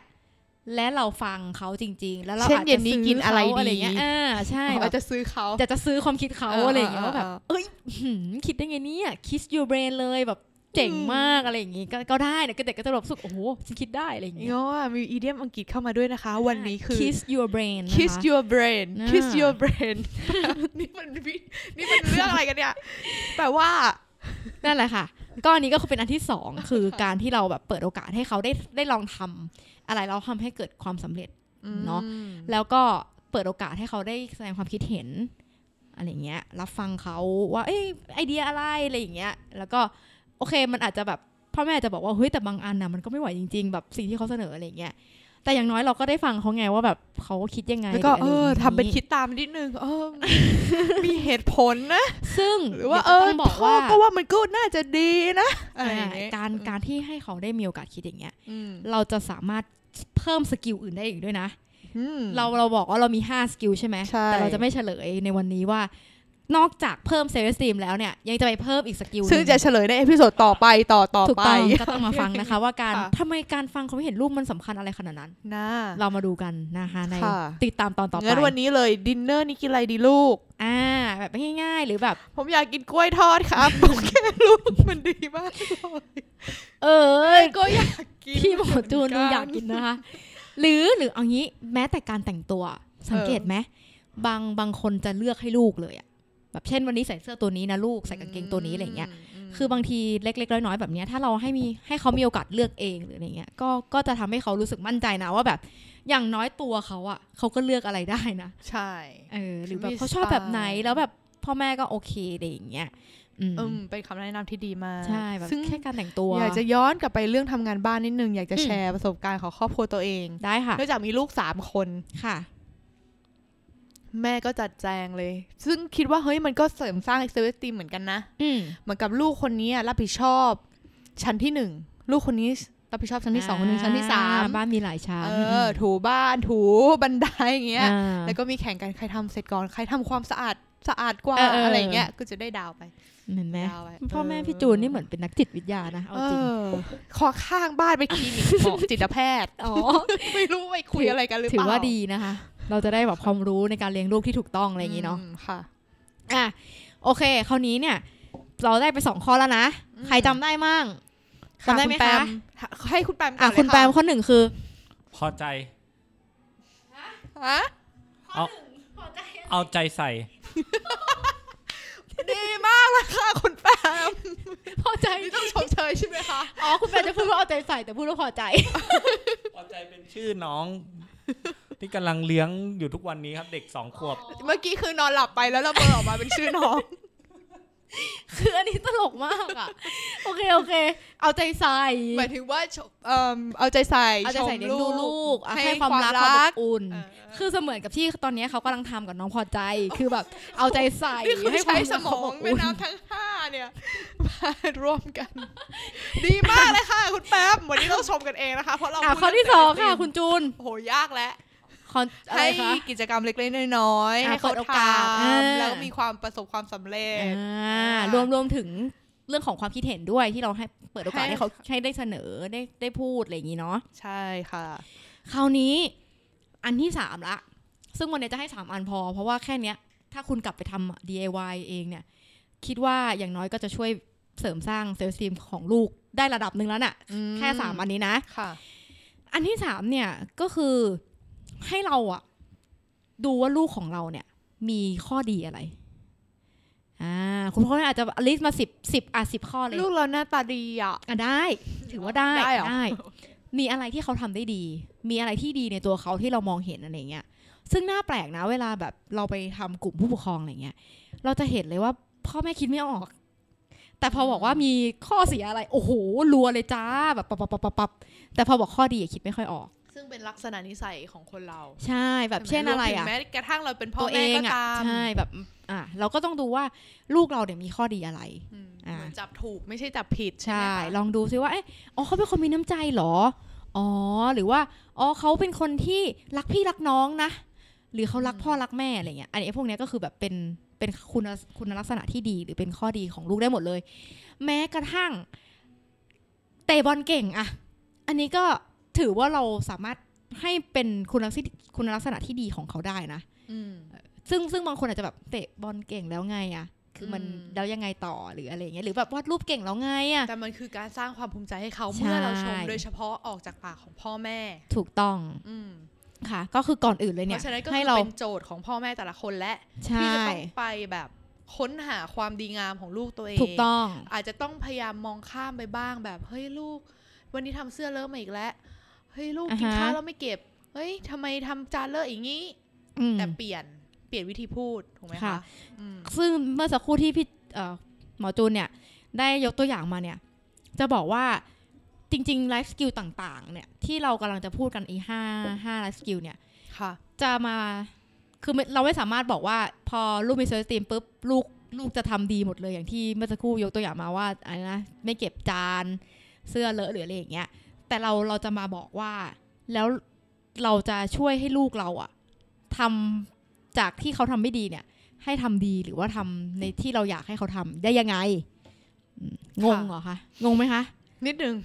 และเราฟังเขาจริง ๆ แล้วเรา
เช่น
อาจ
เย็
จะ
นนี้
ซื้
กินอะไร
เขาอะไร
ดี
เงี้ยอ่าใช่
อ๋อ
แบบ
อาจจะซื้อเขา
จะจะซื้อความคิดเขา
เอออ
อะไรอย่างเงี้ย
เออ
ว่าแบบ
เออ
เอ้ยหืมคิดได้ไงเนี่ย kiss your brain เลยแบบเจ๋งมากอะไรอย่างงี้ก็ก็ได้นะก็เด็กก็จะรู้สึกโอ้โหฉันคิดได้อะไรอย่างเงี้ย
เนาะมีอีเดียมอังกฤษเข้ามาด้วยนะคะ วันนี้คือ
ใช่ kiss your brain นะคะ
kiss your brain
อ่า
kiss your
[LAUGHS]
brain นี่มันวินี่มันเรื่องอะไร [LAUGHS] กันเนี่ยแปลว่า
นั่นแหละค่ะ ก็อันนี้ก็คือเป็นอันที่สอง คือการที่เราแบบเปิดโอกาสให้เขาได้ได้ลองทำอะไรแล้วทำให้เกิดความสำเร็จ เนอะ แล้วก็เปิดโอกาสให้เขาได้แสดงความคิดเห็นอะไรอย่างเงี้ย รับฟังเขาว่า เอ้ยไอเดียอะไรอะไรอย่างเงี้ย แล้วก็โอเคมันอาจจะแบบพ่อแม่อาจจะบอกว่าเฮ้ยแต่บางอันนะมันก็ไม่ไหวจริง ๆ แบบสิ่งที่เขาเสนออะไรอย่างเงี้ย แต่อย่างน้อยเราก็ได้ฟังเขาไงว่าแบบเขาคิดยังไง
แล้วก็
ห
เอ
รืออะไร
อ
ย่างงี้
ทำเป็นคิดตามนิดนึงเออ
[LAUGHS]
มีเหตุผลนะ
ซึ่ง
หรือว่าเอ
ดี๋ย
อ
จะต้งบอก
พ่อ
ว่า
ก็ว่ามันก็น่าจะดีนะอะไรอย่า
อ่าง
เงี้ย
การการที่ให้เขาได้มีโอกาสคิดอย่างเงี้ย
อืม
เราจะสามารถเพิ่มสกิลอื่นได้อีกด้วยนะ
อืม
เราเราบอกว่าเรามี 5 สกิลใช่ไหม
ใช่
แต่เราจะไม่เฉลยในวันนี้ว่า นอกจากเพิ่มเซลล์สตีมแล้วเนี่ย ยังจะไปเพิ่มอีกสกิลหนึ่
ซึ่งจะเฉลยในเอพิโซดต่อไปต่อต่อ
ถูก
ไป
ต้องก็
[LAUGHS]
ต้องมาฟังนะคะว่าการ
ค่ะ
ทำไมการฟังความเห็นรูปมันสำคัญอะไรขนาดนั้น
นะ
เรามาดูกันนะคะใน
ค่ะ
ติดตามตอนต่อไป
งั้นวันนี้เลยดินเนอร์นี้กินอะไรดีลูก
อ่าแบบง่าย ๆ หรือแบบ
ผมอยากกินกล้วยทอดครับ [LAUGHS] ผมแค่ลูกมันดีมากเลย
เอ้ย
ก็อยากกิน
พี่หมอจูนดูอยากกินนะคะ หรือหรือเอางี้แม้แต่การแต่งตัวสังเกตไหมบางบางคนจะเลือกให้ลูกเลยอะแบบเช่นวันนี้ใส่เสื้อตัวนี้นะลูกใส่กางเกงตัวนี้อะไรอย่างเงี้ย
ม
คือบางทีเล็กๆน้อยๆแบบเนี้ยถ้าเราให้มีให้เขามีโอกาสเลือกเองหรืออะไรเงี้ยก็ก็จะทำให้เขารู้สึกมั่นใจนะว่าแบบอย่างน้อยตัวเขาอะเขาก็เลือกอะไรได้นะ
ใช่
เออหรือแบบ
มี
เขาชอบแบบไหน
สไตล์
แล้วแบบพ่อแม่ก็โอเคอะไรอย่างเงี้ยอืม
อืมเป็นคำแนะนำที่ดีมาก
ใช่แบบ
ซึ่ง
แค่การแต่งตัว
อยากจะย้อนกลับไปเรื่องทำงานบ้านนิดนึง อยากจะ
อืม
แชร์ประสบการณ์ของครอบครัวตัวเอง
ได้ค่ะ
เนื่องจากมีลูกสามคน
ค่ะ
แม่ก็จัดแจงเลย ซึ่งคิดว่าเฮ้ยมันก็เสริมสร้าง e อ l ก e ์ e เหมือนกันนะ
อืม
เหมือนกับลูกคนนี้รับผิดชอบชั้นที่หนึ่งลูกคนนี้รับผิดชอบชั้นที่สองคนหนึงชั้นที่สาม
บ้านมีหลายชั้น
เออถูบ้านถูบันไดอย่างเงี้ย
อ่า
แล้วก็มีแข่งกันใครทำเสร็จก่อนใครทำความสะอาดสะอาดกว่า
เออเอออ
อะไรเงี้ยก็จะได้ดาวไป
เห็นไหม
ดาวไป
พ่อแม่พี่จูนนี่เหมือนเป็นนักจิตวิทยานะเอา
เอ
จริง
อขอข้างบ้านไปคลินิกหมอจิตแพทย์
อ๋อ
ไม่รู้ไปคุยอะไรกันหรือเป
ถื
ล่า
อว่าดีนะคะ เราจะได้แบบความรู้ในการเลี้ยงลูกที่ถูกต้องอะไรอย่างงี้เนาะ
มค่ะ
อ่ะโอเค คราวนี้เนี่ย เราได้ไปสองข้อแล้วนะ
อืม
ใครจำได้มั่งจำได้ไหม
ณแป
คะ
ให้คุณแปมก่
อ่ะ
นเลย
คุณแปมข้อหนึ่งคือ
พอใจ
ฮะ
เอาเอาใจใส่
ดีมากเลยค่ะคุณแปม
พอใจ
นี่ต้องชมเชยใช่ไหมคะ
อ๋อคุณแปมจะพูดว่าเอาใจใส่แต่พูดว่าพอใจ
พอใจเป็นชื่อน้อง ที่กำลังเลี้ยงอยู่ทุกวันนี้ครับ เด็กสองขวบ
เมื่อกี้คือนอนหลับไปแล้วเราเบลอออกมาเป็นชื่อน้อง
คืออันนี้ตลกมากอ่ะ โอเคโอเค เอาใจใส่
หมายถึงว่าชมเอ่อเอาใจใส่
เอาใจใส่
ชม
เลี้ยงดูลูกอ่ะ
ให้
ให้
ค
คาว
วาม ม
รักความ
รั
อก บอุ่น
เออ
คือเสมือนกับที่ตอนนี้เขากำลังทำกับน้องพอ
[LAUGHS]
ใจคือแบบ เอาใจใส่
นี่คือ
ให้ควา
ใช้
มรัก
สมอง
ควา
แม่
อุ่น
น้ำทั้งห้าเนี่ยมารวม
[LAUGHS]
กัน ดีมากเลยค่ะ คุณแป๊บวันนี้เราชมกันเองนะคะ เพราะเรา
อ่ะ
พูด
ข้อที่สองค่ะ คุณจูน
โอ้โหยากแล้ว
คอนอะไร
ให้
คะ
กิจกรรมเล็กๆน้อยๆ
อ่ะ
ให้เขา
เปิดโอ
ท
กาสอ่า
ำแล้วก็มีความประสบความสำเร็จ
อ่า
อ่าร
วมรวมถึงเรื่องของความคิดเห็นด้วยที่เราให้เปิดโอกาส
ให้
ให้เขาให้ได้เสนอได้ได้พูดอะไรอย่างนี้เนาะ
ใช่ค่ะ
คราวนี้อันที่สามละ ซึ่งวันนี้จะให้สามอันพอ เพราะว่าแค่เนี้ย ถ้าคุณกลับไปทำ DIY เองเนี่ย คิดว่าอย่างน้อยก็จะช่วยเสริมสร้างเซลล์ซีมของลูกได้ระดับหนึ่งแล้วน่ะ
อืม
แค่สามอันนี้นะ
ค่ะ
อันที่สามเนี่ยก็คือให้เราอะดูว่าลูกของเราเนี่ย มีข้อดีอะไร อ่า คุณพ่อแม่อาจจะลิสต์มาสิบสิบอ่ะสิบข้อเลย
ลูกเราหน้าตาดีอ่ะ
อ่ะได้ ถือว่าได้
ได้เหรอ
มีอะไรที่เขาทำได้ดี มีอะไรที่ดีในตัวเขาที่เรามองเห็นอะไรเงี้ย ซึ่งน่าแปลกนะ เวลาแบบเราไปทำกลุ่มผู้ปกครองอะไรเงี้ย เราจะเห็นเลยว่าพ่อแม่คิดไม่ออก แต่พอบอกว่ามีข้อเสียอะไร โอ้โหรัวเลยจ้าแบบปับปับปับปับปับแต่พอบอกข้อดีอะคิดไม่ค่อยออก
ซึ่งเป็นลักษณะนิสัยของคนเรา
ใช่แบบเช่นอะไร
วมถึ
อ่ะ
งแม้กระทั่งเราเป็นพ่อ
ตัวเอ
แม่
ง
ก็
อ่ะ
ตาม
ใช่แบบอ่ะเราก็ต้องดูว่าลูกเราเนี่ยมีข้อดีอะไร
อืม
อ่า
เหมือนจับถูกไม่ใช่จับผิด
ใช่
ไหมคะ
ลองดูซิว่าเอ๊ะอ๋อเขาเป็นคนมีน้ำใจเหรออ๋อหรือว่าอ๋อเขาเป็นคนที่รักพี่รักน้องนะ หรือเขารักพ่อรักแม่อะไรเงี้ยอันนี้พวกเนี้ยก็คือแบบเป็นเป็นคุณคุณลักษณะที่ดีหรือเป็นข้อดีของลูกได้หมดเลย แม้กระทั่งเตะบอลเก่งอะอันนี้ก็ถือว่าเราสามารถ ให้เป็นคุณลักษณะคุณลักษณะที่ดีของเขาได้นะ
อืม
ซึ่งซึ่งบางคนอาจจะแบบเตะบอลเก่งแล้วไงอะ่ะ คือมัน
อืม
แล้วยังไงต่อหรืออะไรอย่างเงี้ยหรือแบบวาดรูปเก่งแล้วไงอ่ะ
แต่มันคือการสร้างความภูมิใจให้เขา
ใช่
เมื่อเราชมโดยเฉพาะออกจากปากของพ่อแม่
ถูกต้อง
อืม
ค่ะ ก็คือก่อนอื่นเลย
เพ
เนี่ย
ราะฉะนั้นก็คื
ให้
อ
เรา
เป็นโจทย์ของพ่อแม่แต่ละคนและ
ใช่
ที่จะต้องไปแบบค้นหาความดีงามของลูกตัวเอง
ถูกต้อง
อาจจะต้องพยายามมองข้ามไปบ้างแบบเฮ้ยลูก วันนี้ทำเสื้อเลอะมาอีกแล้วเฮ้ยลูก
อ่าฮะ
กินข้าวแล้วไม่เก็บเฮ้ยทำไมทำจานเลอะอย่างนี้
อืม
แต่เปลี่ยนเปลี่ยนวิธีพูดถูกไหม
ค่ะ
คะอืม
ซึ่งเมื่อสักครู่ที่พี่เอ่อหมอจูนเนี่ย ได้ยกตัวอย่างมาเนี่ย จะบอกว่าจริงๆไลฟ์สกิลต่างๆ เนี่ย ที่เรากำลังจะพูดกันอีห้าห้าไลฟ์สกิลเนี่ย
ค่ะ
จะมาคือไม่เราไม่สามารถบอกว่าพอลูกมีเซอร์ตีมปุ๊บลูกลูกจะทำดีหมดเลยอย่างที่เมื่อสักครู่ยกตัวอย่างมาว่าอะไรนะไม่เก็บจานเสื้อเลอะหรืออะไรอย่างเงี้ย แต่เราเราจะมาบอกว่า แล้วเราจะช่วยให้ลูกเราอะทำจากที่เขาทำไม่ดีเนี่ย ให้ทำดีหรือว่าทำในที่เราอยากให้เขาทำได้ยังไงอืมงงเหรอคะงงไหมคะ
นิดนึง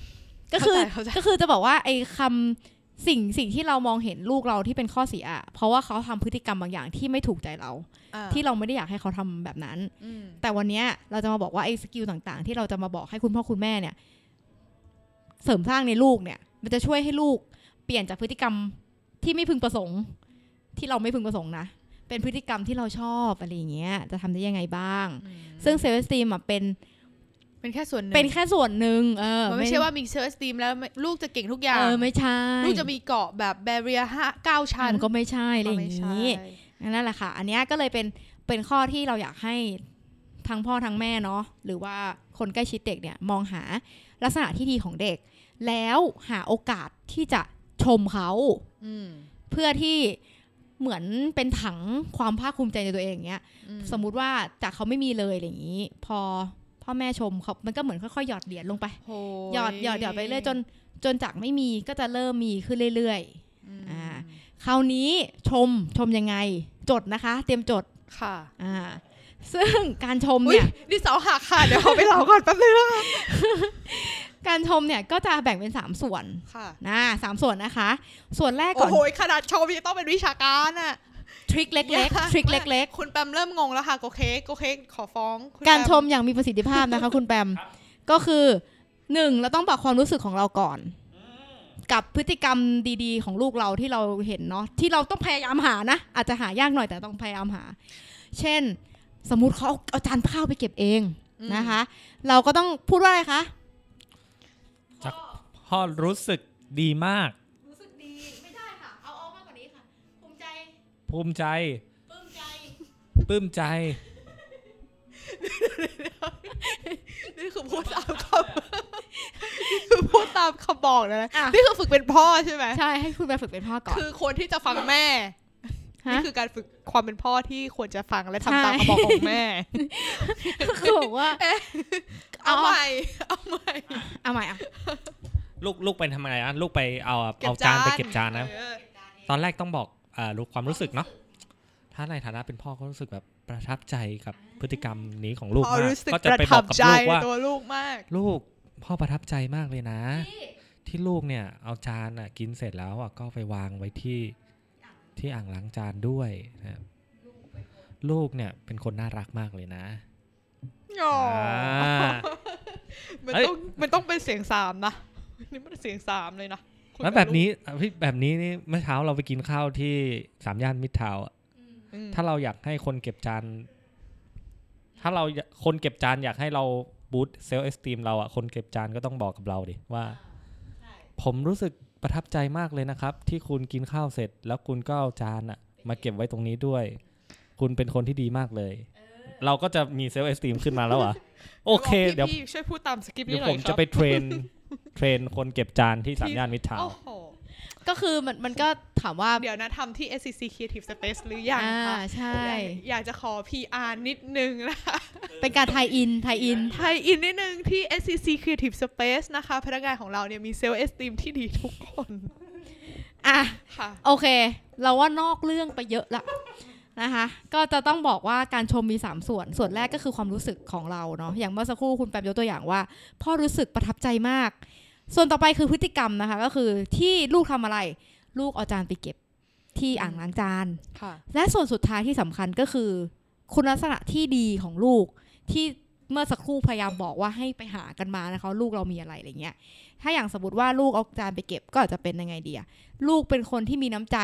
ก็คือ
เข้าใจเข้าใจ
ก็คือจะบอกว่าไอ้คำสิ่งสิ่งที่เรามองเห็นลูกเราที่เป็นข้อเสียอะเพราะว่าเขาทำพฤติกรรมบางอย่างที่ไม่ถูกใจเรา
อ่า
ที่เราไม่ได้อยากให้เขาทำแบบนั้น
อืม
แต่วันเนี้ยเราจะมาบอกว่าไอ้สกิลต่างๆ ที่เราจะมาบอกให้คุณพ่อคุณแม่เนี่ย เสริมสร้างในลูกเนี่ย มันจะช่วยให้ลูกเปลี่ยนจากพฤติกรรมที่ไม่พึงประสงค์ ที่เราไม่พึงประสงค์นะเป็นพฤติกรรมที่เราชอบอะไรอย่างเงี้ย จะทำได้ยังไงบ้าง
อืม
ซึ่งเซลล์สตีมอะเป็น
เป็นแค่ส่วนหนึ่ง
เป็นแค่ส่วนหนึ่งเออ
มันไม่ใช่ว่ามีเซิร์ชตีมแล้วไม่ลูกจะเก่งทุกอย่าง
เออไม่ใช่
ลูกจะมีเกาะแบบแบเรียห้าเก้าชั้น
มันก็ไม่ใช่อะไรอย่าง
ก็
นี้
ไม่ใช่
นั่นแหละค่ะ อันเนี้ยก็เลยเป็นเป็นข้อที่เราอยากให้ทั้งพ่อทั้งแม่เนาะหรือว่าคนใกล้ชิดเด็กเนี่ยมองหาลักษณะที่ดีของเด็ก แล้วหาโอกาสที่จะชมเขา
อืม
เพื่อที่เหมือนเป็นถังความภาคภูมิใจในตัวเองเงี้ย
อื
สมมุติว่าจากเขาไม่มีเลยอะไรอย่างนี้ พอพ่อแม่ชมเขามันก็เหมือนค่อยๆหยอดเหรียญลงไป
โห
หยอดหยอดหยอดไปเรื่อยจนจนจากไม่มีก็จะเริ่มมีขึ้นเรื่อย
อืม
อ่า ๆ คราวนี้ชมชมยังไง จดนะคะ เตรียมจด
ค่ะ
อ่า ซึ่งการชม
อุ้ย
เนี่ย
ดินเสาหักค่ะ เดี๋ยวเอาไปเล่าก่อนแป๊บนึง
การชมเนี่ยก็จะแบ่งเป็น 3 ส่วน
ค่ะ
นะสามส่วนนะคะ ส่วนแรกก่
โอ้
อน
โหขนาดโชว์ยังต้องเป็นวิชาการอ่ะ
ทริคเล็ก
ยา
ๆทริคเล็ก
คุณแปมเริ่มงงแล้วค่ะโกเคกโกเคกขอฟ้องคุณ
ๆ การ
แป
ชมอย่างมีประสิทธิภาพนะคะ [LAUGHS] คุณแปมก็คือหนึ่งเราต้องบอกความรู้สึกของเราก่อน กับพฤติกรรมดีๆ ของลูกเราที่เราเห็นเนาะที่เราต้องพยายามหานะ อาจจะหายากหน่อยแต่ต้องพยายามหา เช่น สมมุติเขาเอาเอาจานข้าวไปเก็บเอง
อืม
นะคะ เราก็ต้องพูดว่าอะไรคะ
พ่อรู้สึกดีมาก
รู้สึกดี ไม่ได้ค่ะ เอาเอามากกว่านี้ค่ะ ภูมิใจ
ภูมิใจ
ปลื้มใจ
ปลื้มใจ
นี่คือพูดตามคำนี่คือพูดตามคำบอกเลยนะ
อ่ะ
นี่คือฝึกเป็นพ่อใช่ไหม
ใช่ ให้คุณไปฝึกเป็นพ่อก่อน
คือคนที่จะฟังแม่
ฮะ
นี่คือการฝึกความเป็นพ่อที่ควรจะฟังและทำตาม
ใช่
คำบอกของแม่
คือบอกว่า
เอา
เอา
ใหม่เอาใหม่
เอาใหม่อ่ะ
ลูกลูกไปทำไงนะลูกไปเอาเอาจานไปเก็บจานนะ
เออ
ตอนแรกต้องบอกอ่ารู้ความรู้สึกเนาะถ้าในฐานะเป็นพ่อก็รู้สึกแบบประทับใจกับพฤติกรรมนี้ของลูก
พอ
มาก
รู้สึก
ก็
ป
จะ
ระ
ไปบ
ทั
อบ กกับ
ใจ
ลูก
ใน
ว่า
ตัวลูกมาก
ลูกพ่อประทับใจมากเลยนะ ที่ลูกเนี่ยเอาจานอ่ะกินเสร็จแล้วอ่ะก็ไปวางไว้ที่ที่อ่างล้างจานด้วยนะครับลูกเนี่ยเป็นคนน่ารักมากเลยนะ
อ๋ออา [LAUGHS] มันต้องมันต้องเป็นเสียงสามนะนี่มันเสียงสามเลยนะคุย
แล้วแบบนี้อ่ะพี่แบบนี้นี่เมื่อเช้าเราไปกินข้าวที่สามย่านมิตรทาวน์อ่ะ
อืม
ถ้าเราอยากให้คนเก็บจาน ถ้าเราอยากคนเก็บจานอยากให้เราบูตเซลล์เอสตีมเราอ่ะคนเก็บจานก็ต้องบอกกับเราดิว่า ผมรู้สึกประทับใจมากเลยนะครับ ที่คุณกินข้าวเสร็จ แล้วคุณก็เอาจานอะมาเก็บไว้ตรงนี้ด้วย คุณเป็นคนที่ดีมากเลย เราก็จะมีเซลล์เอสติมขึ้นมาแล้วเหรอ่ะ โอเค
แล้วบกพี่
เดี๋ยว
พี่ช่วยพูดตามสคริปต์
เดี๋
นี้
ยว
หน่
ผ
อย
ม
ครั
จะ
บ
ไปเทรน เทรนคนเก็บจานที่สามย่านมิตรทาว
โอ้
น์
โห
ก็คือมันมันก็ถามว่า
เดี๋ยวนะทำที่ SCC Creative Space หรือยัง
อ่า
คะ
ใช่
อยากจะขอ PR นิดนึงนะคะ
เป็นการไทยอิน ไทยอิน
ไทยอินนิดนึงที่ SCC Creative Space นะคะ พนักงานของเราเนี่ยมีเซลล์เอสติมที่ดีทุกคน
อ่ะ
ค่ะ
โอเค เราว่านอกเรื่องไปเยอะละนะคะ ก็จะต้องบอกว่าการชมมี 3 ส่วน ส่วนแรกก็คือความรู้สึกของเราเนาะ อย่างเมื่อสักครู่คุณแปมยกตัวอย่างว่า พ่อรู้สึกประทับใจมาก ส่วนต่อไปคือพฤติกรรมนะคะ ก็คือที่ลูกทำอะไร ลูกเอาจานไปเก็บที่อ่างล้างจาน
ค่ะ
และส่วนสุดท้ายที่สำคัญก็คือ คุณลักษณะที่ดีของลูกที่เมื่อสักครู่พยายามบอกว่าให้ไปหากันมานะคะ ลูกเรามีอะไรอะไรเงี้ย ถ้าอย่างสมมติว่าลูกเอาจานไปเก็บก็อาจจะเป็นยังไงดีอะลูกเป็นคนที่มีน้ำใจ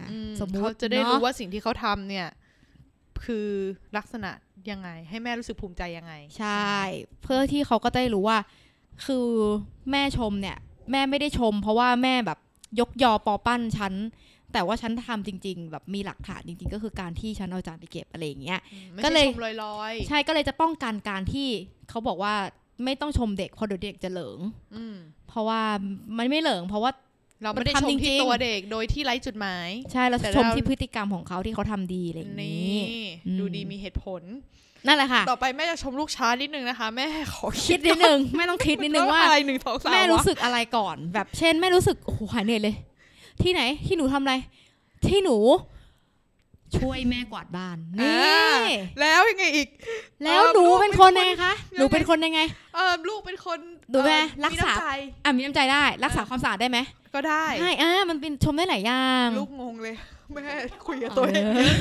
อ่ะ
อืม
สมมุติ
เขาจะได้
เน
รู้
อะ
ว่าสิ่งที่เขาทำเนี่ย คือลักษณะยังไง ให้แม่รู้สึกภูมิใจยังไง
ใช่ เพื่อที่เขาก็จะได้รู้ว่า คือแม่ชมเนี่ย แม่ไม่ได้ชม เพราะว่าแม่แบบยกยอปอปั้นฉัน แต่ว่าฉันทำจริง ๆ แบบมีหลักฐานจริง ๆ ก็คือการที่ฉันเอาจานไปเก็บอะไรอย่างเงี้ย
อืมไม่
ก็
ใช่
เลย
ชมลอย
ใช่ก็เลยจะป้องกันการที่เขาบอกว่าไม่ต้องชมเด็กเพราะเดี๋ยวเด็กจะเหลิง
ๆอืม
เพราะว่ามันไม่เหลิง เพราะว่า
เราไม่ได้
มัน
ช
ทำ
ม
จริ
ที่
งๆ
ตัวเด็กโดยที่ไร้จุดหมาย
ใช่เรา
แต่
ชม
เรา
ที่พฤติกรรมของเขาที่เขาทำดีอะไรอย่างนี้
นี่
อืม
ดูดีมีเหตุผล
นั่นแหละค่ะ
ต่อไปแม่จะชมลูกช้านิดนึงนะคะ แม่ขอ
คิดนิดนึงแม่ต้องคิดนิดนึงว่า
อะไรหนึ่งสองสาม
แม่รู้
วะ
สึกอะไรก่อน แบบเช่นแม่รู้สึกโอ้โหหายเหนื่อยเลย ที่ไหนที่หนูทำอะไร ที่หนู ช่วยแม่กวาดบ้านนี่
อ่าแล้วยังไงอีก
แล้วหนูเป็นคนยังไงคะหนูเป็นคนยังไง
เออลูกเป็นคน
ดูแล
เอ่อ
รักษามี
น้ำใจ
อ่ะมีน้ำใจได้ รักษาความสะอาดได้ไหม
ก็ได้
ใช่อ่ามันเป็นชมได้หลายอย่าง
ลูกงงเลย แม่คุยกับตัวเอง
เออ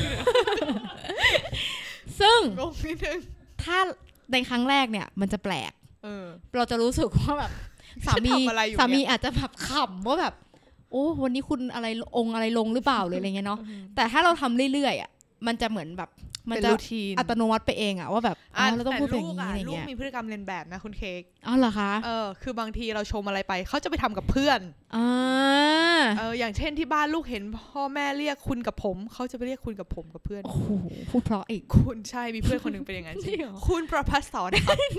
ซึ่ง
งงนิดนึง
ถ้าในครั้งแรกเนี่ย มันจะแปลก
เออ
เราจะรู้สึกว่าแบบ สามี
ฉันทำอะไรอยู่เนี่ย
สามีอาจจะแบบขำว่าแบบ โอ้วันนี้คุณอะไรองค์อะไรลงหรือเปล่าหรืออะไรเงี้ยเนาะ แต่ถ้าเราทำเรื่อยๆอ่ะมันจะเหมือนแบบ มัน
เป็น
จะ
รูทีน
อัตโนมัติไปเองอ่ะว่าแบบอ๋
อ่ะ
อเราต้อง
แต่
พูดแบ
ลู
บ
ก
นี้
อ่ะ
อะไร
ลูก
เงี้ย
มีพฤติกรรมเลียนแบบนะคุณเค้ก
อ๋อเหรอคะ
เออ คือบางทีเราชมอะไรไป เขาจะไปทำกับเพื่อน
อ่า
เออ อย่างเช่นที่บ้านลูกเห็นพ่อแม่เรียกคุณกับผม เขาจะไปเรียกคุณกับผมกับเพื่อน
โอ้โหพูดเพราะอีก
คุณใช่ มีเพื่อนคนหนึ่งเป็นอย่างนั้นจริงคุณประพัสสอนครับ [LAUGHS]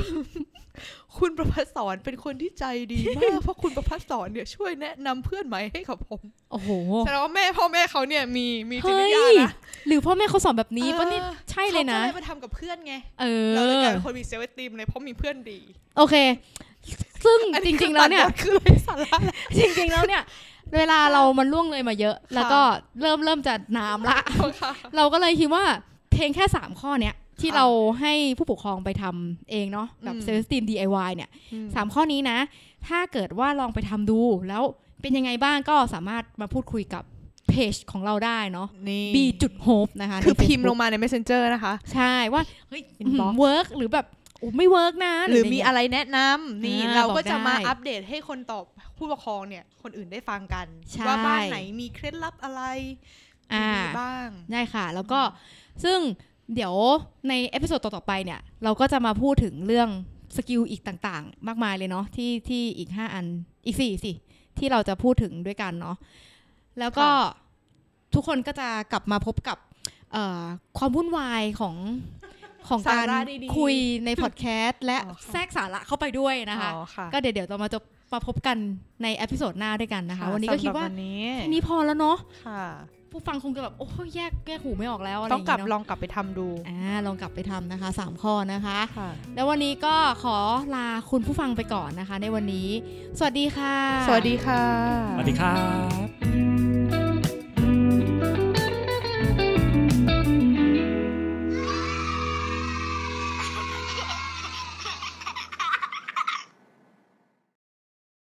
คุณประพัสสอนเป็นคนที่ใจดี
[LAUGHS]
มาก เพราะคุณประพัสสอนเนี่ยช่วยแนะนำเพื่อนใหม่ให้กับผม
โอ้โห
แสดงว่าแม่พ่อแม่เขาเนี่ยมีมีจิต
เฮ้
วิท
ย
ยานะ
หรือพ่อแม่เขาสอนแบบนี้
เออ
ปะนี่ใช่เลยนะ
เขาก็เลยมาทำกับเพื่อนไง
เอ
เราเลย
อก
ลายเป็นคนมีเซลล์ตีมเลยเพราะมีเพื่อนดี
โอเค ซึ่ง
อั
จ
คือ
ริง ๆ แล้วเนี่ย
ตัดบทคือเลยสาระแหละ
[LAUGHS] จริง ๆ แล้วเนี่ย เวลาเรามันล่วงเลยมาเยอะ แล้วก็เริ่มเริ่มจะน้ำละ [LAUGHS] เราก็เลยคิดว่าเพลงแค่สามข้อเนี้ยที่
ค่ะ
เราให้ผู้ปกครองไปทำเองเนาะแบบ
อืม
เซลล์สตีม DIY เนี่ย สามข้อนี้นะ ถ้าเกิดว่าลองไปทำดู แล้วเป็นยังไงบ้างก็สามารถมาพูดคุยกับเพจของเราได้เนาะ
นี่
B จุดโฮปนะคะ
คือ
ใน
พิมพ์
Facebook
ลงมาใน messenger นะคะ
ใช่ว่า เฮ้ย
inbox
เวิร์กหรือแบบโอ้ไม่เวิร์กนะ
หรือมี
เงี้ย
อะไรแนะนำนี่
อ่า
เราก็จะมา
บอกได้
อัปเดตให้คนตอบผู้ปกครองเนี่ย คนอื่นได้ฟังกัน
ใช่
ว่าบ้านไหนมีเคล็ดลับอะไร
อ่า
มีบ้าง
ได้ค่ะ แล้วก็ซึ่งเดี๋ยวในเอพิโซดต่อ ๆ ไปเนี่ย เราก็จะมาพูดถึงเรื่องสกิลอีกต่างๆ มากมายเลยเนาะที่ที่อีก 5 อันอีก 4 สิ ที่เราจะพูดถึงด้วยกันเนาะแล้วก็ทุกคนก็จะกลับมาพบกับเอ่อความวุ่นวายของของ
สา
การ
ระดีๆ
คุยในพอดแคสต์และ
อ๋อค่ะ
แทรกสาระเข้าไปด้วยนะคะ
อ๋อค่ะ
ก็เดี๋ยวเดี๋ยวเรามาจะมาพบกันในเอพิโซดหน้าด้วยกันนะคะ วันนี้ก็คิดว่า
สำหรับวันนี้
แค่นี้พอแล้วเนาะ
ค่ะ
ผู้ฟังคงจะแบบโอ้ยแยกแยกหูไม่ออกแล้วอะไรอ
ต้อย่าง
ง
กลั
เงี้ย
บ
เนาะ
ลองกลับไปทำดู
อ่าลองกลับไปทำนะคะ 3 ข้อนะคะ
ค่ะ
แล้ววันนี้ก็ขอลาคุณผู้ฟังไปก่อนนะคะ ในวันนี้ สวัสดีค่ะ
สวัสดีค่ะ
สวัสดีครับ